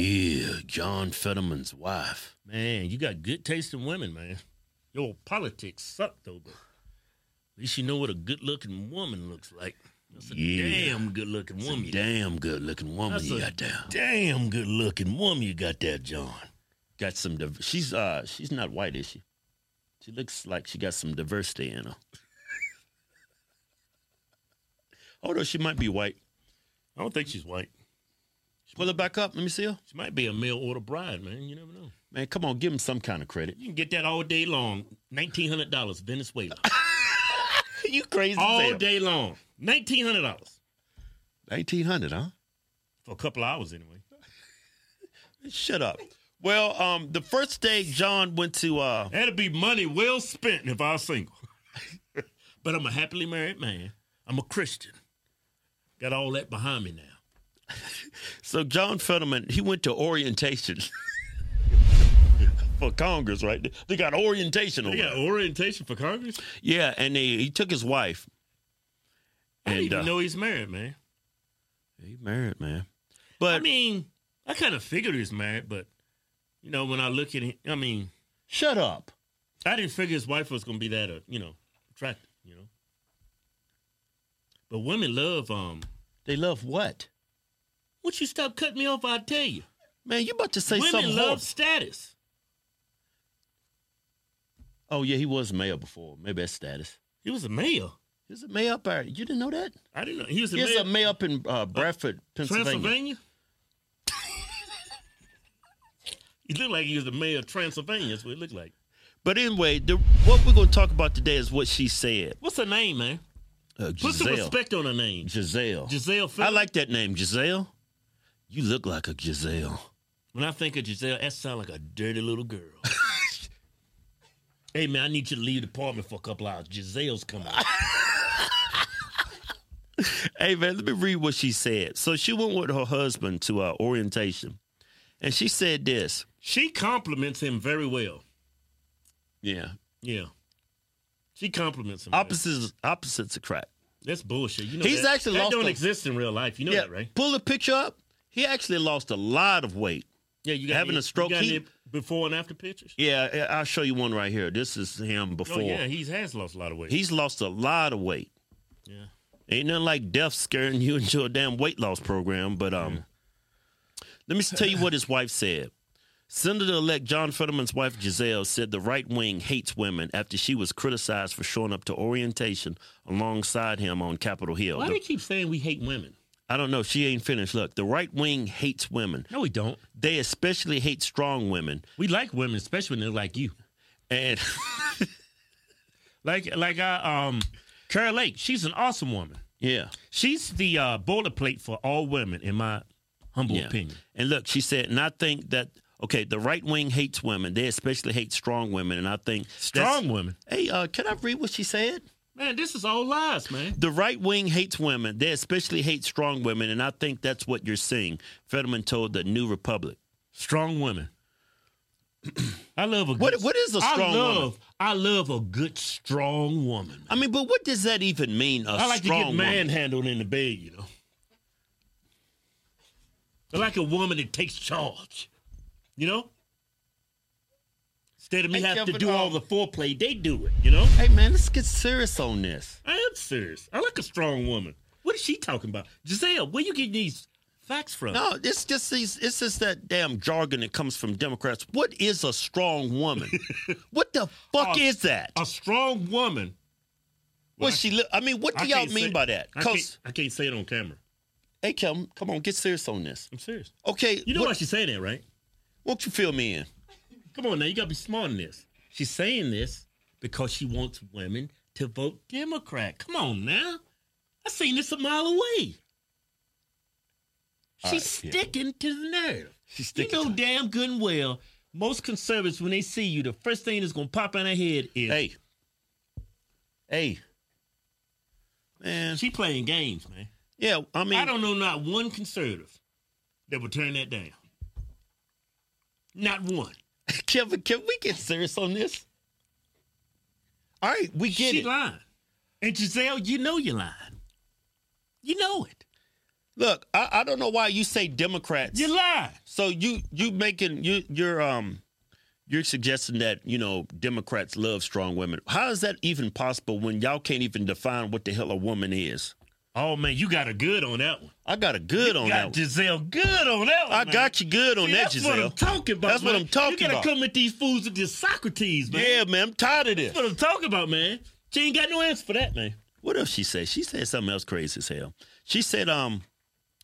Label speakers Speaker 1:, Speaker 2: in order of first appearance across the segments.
Speaker 1: Yeah, John Fetterman's wife.
Speaker 2: Man, you got good taste in women, man. Your politics suck though, but at least you know what a good looking woman looks like. That's a
Speaker 1: Yeah.
Speaker 2: damn good looking woman. you-
Speaker 1: Damn good looking woman
Speaker 2: That's
Speaker 1: you
Speaker 2: a
Speaker 1: got there.
Speaker 2: damn good looking woman you got there, John.
Speaker 1: Got some. Div- she's uh, she's not white, is she? She looks like she got some diversity in her. Although she might be white.
Speaker 2: I don't think she's white.
Speaker 1: Pull it back up. Let me see her.
Speaker 2: She might be a mail order bride, man. You never know.
Speaker 1: Man, come on, give him some kind of credit.
Speaker 2: You can get that all day long. Nineteen hundred dollars, Venezuela.
Speaker 1: you crazy?
Speaker 2: all day long. Nineteen hundred dollars
Speaker 1: Eighteen hundred, huh?
Speaker 2: for a couple hours anyway.
Speaker 1: Shut up. Well, um, the first day John went to uh,
Speaker 2: That'd be money well spent if I was single. but I'm a happily married man. I'm a Christian. Got all that behind me now.
Speaker 1: so John Fetterman, he went to orientation for Congress, right? They got orientation over.
Speaker 2: They got
Speaker 1: there.
Speaker 2: orientation for Congress.
Speaker 1: Yeah, and they, he took his wife.
Speaker 2: I didn't
Speaker 1: And
Speaker 2: even
Speaker 1: uh,
Speaker 2: know he's married, man.
Speaker 1: he married, man. But
Speaker 2: I mean, I kind of figured he was married, but you know, when I look at him, I mean,
Speaker 1: shut up.
Speaker 2: I didn't figure his wife was gonna be that, uh, you know, attractive, you know. But women love um.
Speaker 1: They love what?
Speaker 2: Once you stop cutting me off, I'll tell you.
Speaker 1: Man, you about to say something?
Speaker 2: women love
Speaker 1: horrible.
Speaker 2: status.
Speaker 1: Oh yeah, he was mayor before. Maybe that's status.
Speaker 2: He was a mayor.
Speaker 1: He was a mayor up there. You didn't know that?
Speaker 2: I didn't know he was a
Speaker 1: He was
Speaker 2: mayor.
Speaker 1: a mayor up in uh, Bradford, Pennsylvania.
Speaker 2: Transylvania. he looked like he was the mayor of Transylvania. That's what it looked like.
Speaker 1: But anyway, the, what we're going to talk about today is what she said.
Speaker 2: What's her name, man?
Speaker 1: Uh,
Speaker 2: Put some
Speaker 1: Giselle.
Speaker 2: respect on her name.
Speaker 1: Giselle.
Speaker 2: Giselle.
Speaker 1: I
Speaker 2: Phillips.
Speaker 1: like that name, Giselle. You look like a Giselle.
Speaker 2: When I think of Giselle, that sounds like a dirty little girl. hey man, I need you to leave the apartment for a couple hours. Giselle's coming. out.
Speaker 1: Hey man, let me read what she said. So she went with her husband to uh, orientation, and she said this.
Speaker 2: she compliments him very well.
Speaker 1: Yeah,
Speaker 2: Yeah, she compliments him. very-
Speaker 1: opposites opposites attract.
Speaker 2: That's bullshit. You know
Speaker 1: He's
Speaker 2: that,
Speaker 1: actually
Speaker 2: that
Speaker 1: lost
Speaker 2: don't
Speaker 1: a-
Speaker 2: exist in real life. You know that, right?
Speaker 1: pull the picture up. He actually lost a lot of weight.
Speaker 2: Yeah, you got
Speaker 1: Having
Speaker 2: any-
Speaker 1: a stroke,
Speaker 2: You got
Speaker 1: he-
Speaker 2: any before and after pictures.
Speaker 1: Yeah, I- I'll show you one right here. This is him before.
Speaker 2: Oh yeah, he has lost a lot of weight.
Speaker 1: He's lost a lot of weight.
Speaker 2: yeah,
Speaker 1: Ain't nothing like death scaring you into a damn weight loss program. But um, let me tell you what his wife said. Senator-elect John Fetterman's wife Giselle said the right wing hates women after she was criticized for showing up to orientation alongside him on Capitol Hill.
Speaker 2: Why do
Speaker 1: The-
Speaker 2: they keep saying we hate women?
Speaker 1: I don't know. She ain't finished. Look, the right wing hates women.
Speaker 2: No, we don't.
Speaker 1: They especially hate strong women.
Speaker 2: We like women, especially when they're like you.
Speaker 1: And
Speaker 2: Like like I um Carol Lake, she's an awesome woman.
Speaker 1: yeah,
Speaker 2: She's the uh, boilerplate for all women, in my humble
Speaker 1: yeah.
Speaker 2: opinion.
Speaker 1: And look, she said, and I think that okay, the right wing hates women. They especially hate strong women. And I think that's-
Speaker 2: Strong women.
Speaker 1: Hey, uh, can I read what she said?
Speaker 2: Man, this is all lies, man.
Speaker 1: The right wing hates women. They especially hate strong women, and I think that's what you're seeing. Fetterman told the New Republic.
Speaker 2: Strong women. I love a good,
Speaker 1: What- what is a strong
Speaker 2: I love,
Speaker 1: woman?
Speaker 2: I love a good strong woman. Man.
Speaker 1: I mean, but what does that even mean? A
Speaker 2: I like to
Speaker 1: strong
Speaker 2: get
Speaker 1: woman?
Speaker 2: manhandled in the bed, you know. I like a woman that takes charge, you know. Instead of me
Speaker 1: Hey,
Speaker 2: having to
Speaker 1: Kevin,
Speaker 2: do all
Speaker 1: um,
Speaker 2: the foreplay, they do it, you know.
Speaker 1: Hey man, let's get serious on this.
Speaker 2: I am serious. I like a strong woman. What is she talking about, Giselle? Where you getting these facts from?
Speaker 1: No, it's just these. It's just that damn jargon that comes from Democrats. What is a strong woman? what the fuck
Speaker 2: Uh,
Speaker 1: is that?
Speaker 2: A strong woman.
Speaker 1: what she? Li- I mean, what do y'all
Speaker 2: can't
Speaker 1: mean
Speaker 2: say-
Speaker 1: by that?
Speaker 2: I can't,
Speaker 1: Cause
Speaker 2: I can't say it on camera.
Speaker 1: hey, Kim, come on, get serious on this.
Speaker 2: I'm serious.
Speaker 1: Okay,
Speaker 2: You know
Speaker 1: what,
Speaker 2: why she's saying that, right?
Speaker 1: Won't you fill me in?
Speaker 2: Come on now, you gotta be smart in this. She's saying this because she wants women to vote Democrat. Come on now. I seen this a mile away. She's
Speaker 1: All right, yeah.
Speaker 2: sticking to the narrative.
Speaker 1: She's
Speaker 2: You know damn good and well, most conservatives, when they see you, the first thing that's gonna pop in their head is
Speaker 1: Hey. Hey. Man.
Speaker 2: she playing games, man.
Speaker 1: Yeah, I mean,
Speaker 2: I don't know not one conservative that would turn that down. Not one.
Speaker 1: Kevin, can we get serious on this? All right, we get
Speaker 2: she
Speaker 1: it.
Speaker 2: lying. And Giselle, you know you're lying. You know it.
Speaker 1: Look, I, I don't know why you say Democrats.
Speaker 2: You lie.
Speaker 1: So you you making you you're um you're suggesting that you know Democrats love strong women. How is that even possible when y'all can't even define what the hell a woman is?
Speaker 2: Oh man, you got a good on that one.
Speaker 1: I got a good on
Speaker 2: You
Speaker 1: that.
Speaker 2: got
Speaker 1: one.
Speaker 2: Giselle good on that one.
Speaker 1: I got you good on
Speaker 2: man. See,
Speaker 1: that,
Speaker 2: That's what I'm
Speaker 1: Giselle.
Speaker 2: talking about.
Speaker 1: That's what
Speaker 2: man.
Speaker 1: I'm talking
Speaker 2: You
Speaker 1: about.
Speaker 2: gotta come at these fools with this Socrates, man.
Speaker 1: Yeah, man, I'm tired of
Speaker 2: That's
Speaker 1: this.
Speaker 2: what I'm talking about, man. She ain't got no answer for that, man.
Speaker 1: What else she say? She said something else crazy as hell. She said um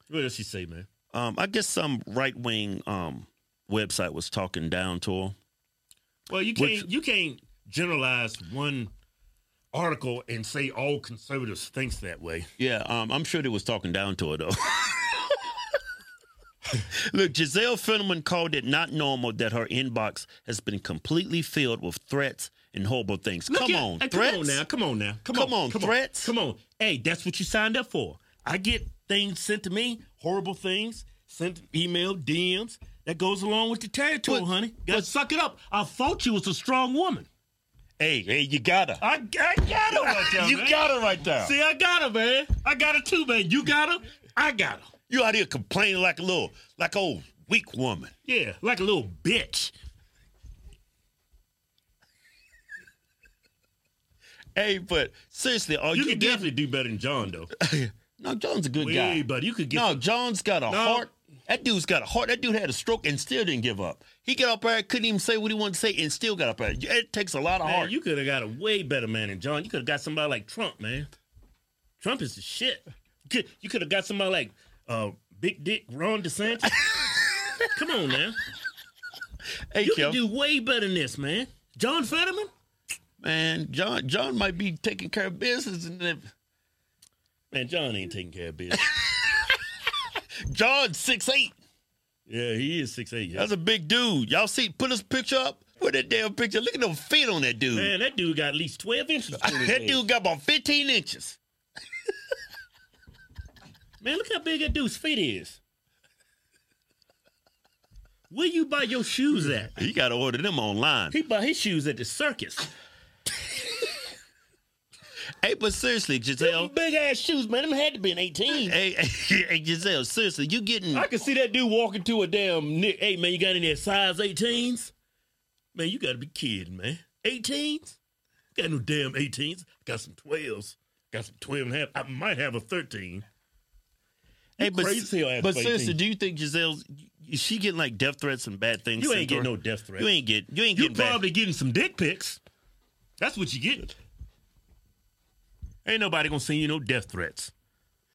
Speaker 2: What does she say, man?
Speaker 1: um I guess some right wing um website was talking down to her.
Speaker 2: Well, you
Speaker 1: Which-
Speaker 2: can't you can't generalize one article and say all conservatives thinks that way.
Speaker 1: Yeah, um, I'm sure they was talking down to her though. Look, Giselle Fenneman called it not normal that her inbox has been completely filled with threats and horrible things.
Speaker 2: Look
Speaker 1: come
Speaker 2: at-
Speaker 1: on,
Speaker 2: hey,
Speaker 1: threats.
Speaker 2: Come on now. Come on now. Come,
Speaker 1: Come on,
Speaker 2: come
Speaker 1: threats.
Speaker 2: Come on. Hey, that's what you signed up for. I get things sent to me, horrible things, sent email, DMs. That goes along with the territory,
Speaker 1: But-
Speaker 2: honey. Gotta suck it up. I thought you was a strong woman.
Speaker 1: Hey, hey, you gotta.
Speaker 2: I, I got her right there,
Speaker 1: you
Speaker 2: man.
Speaker 1: got it right there.
Speaker 2: See, I got her, man. I got her too, man. You got her. I got her.
Speaker 1: You out here complaining like a little, like old weak woman.
Speaker 2: Yeah, like a little bitch.
Speaker 1: Hey, but seriously, are
Speaker 2: You
Speaker 1: you,
Speaker 2: can definitely do better than John, though.
Speaker 1: no? John's a good guy.
Speaker 2: Way better. You could get
Speaker 1: No, John's got a heart. That dude's got a heart. That dude had a stroke and still didn't give up. He got up there, couldn't even say what he wanted to say, and still got up there. It takes a lot of
Speaker 2: Man,
Speaker 1: heart.
Speaker 2: you could have got a way better man than John. You could have got somebody like Trump, man. Trump is the shit. You could- You could have got somebody like uh, Big Dick Ron DeSantis. Come on, man.
Speaker 1: hey,
Speaker 2: You
Speaker 1: Kel.
Speaker 2: can do way better than this, man. John Fetterman?
Speaker 1: man, John, John might be taking care of business, and then
Speaker 2: Man, John ain't taking care of business.
Speaker 1: John's six eight.
Speaker 2: yeah, he is 6'8". Yeah.
Speaker 1: That's a big dude. Y'all see? Put his picture up. Put that damn picture. Look at them feet on that dude.
Speaker 2: Man, that dude got at least 12 inches. between his
Speaker 1: that
Speaker 2: legs.
Speaker 1: dude got about fifteen inches.
Speaker 2: Man, look how big that dude's feet is. Where you buy your shoes at?
Speaker 1: He got to order them online.
Speaker 2: He bought his shoes at the circus.
Speaker 1: Hey, but seriously, Giselle.
Speaker 2: Big ass shoes, man. Them had to be an 18.
Speaker 1: Hey, hey, hey, Giselle. Seriously, you getting?
Speaker 2: I can see that dude walking to a damn Nick. Hey man, you got any of that size 18s? Man, you gotta be kidding, man. 18s? Got no damn 18s. Got some 12s. Got some 12 and a half. I might have a 13.
Speaker 1: Hey, but,
Speaker 2: crazy hell ass
Speaker 1: but
Speaker 2: for
Speaker 1: seriously,
Speaker 2: 18.
Speaker 1: do you think Giselle's is she getting like death threats and bad things?
Speaker 2: You
Speaker 1: sent
Speaker 2: ain't
Speaker 1: to
Speaker 2: getting
Speaker 1: her?
Speaker 2: no death threat.
Speaker 1: You ain't get. You ain't
Speaker 2: You
Speaker 1: getting.
Speaker 2: probably getting some dick pics. That's what you get. Ain't nobody gonna send you no death threats.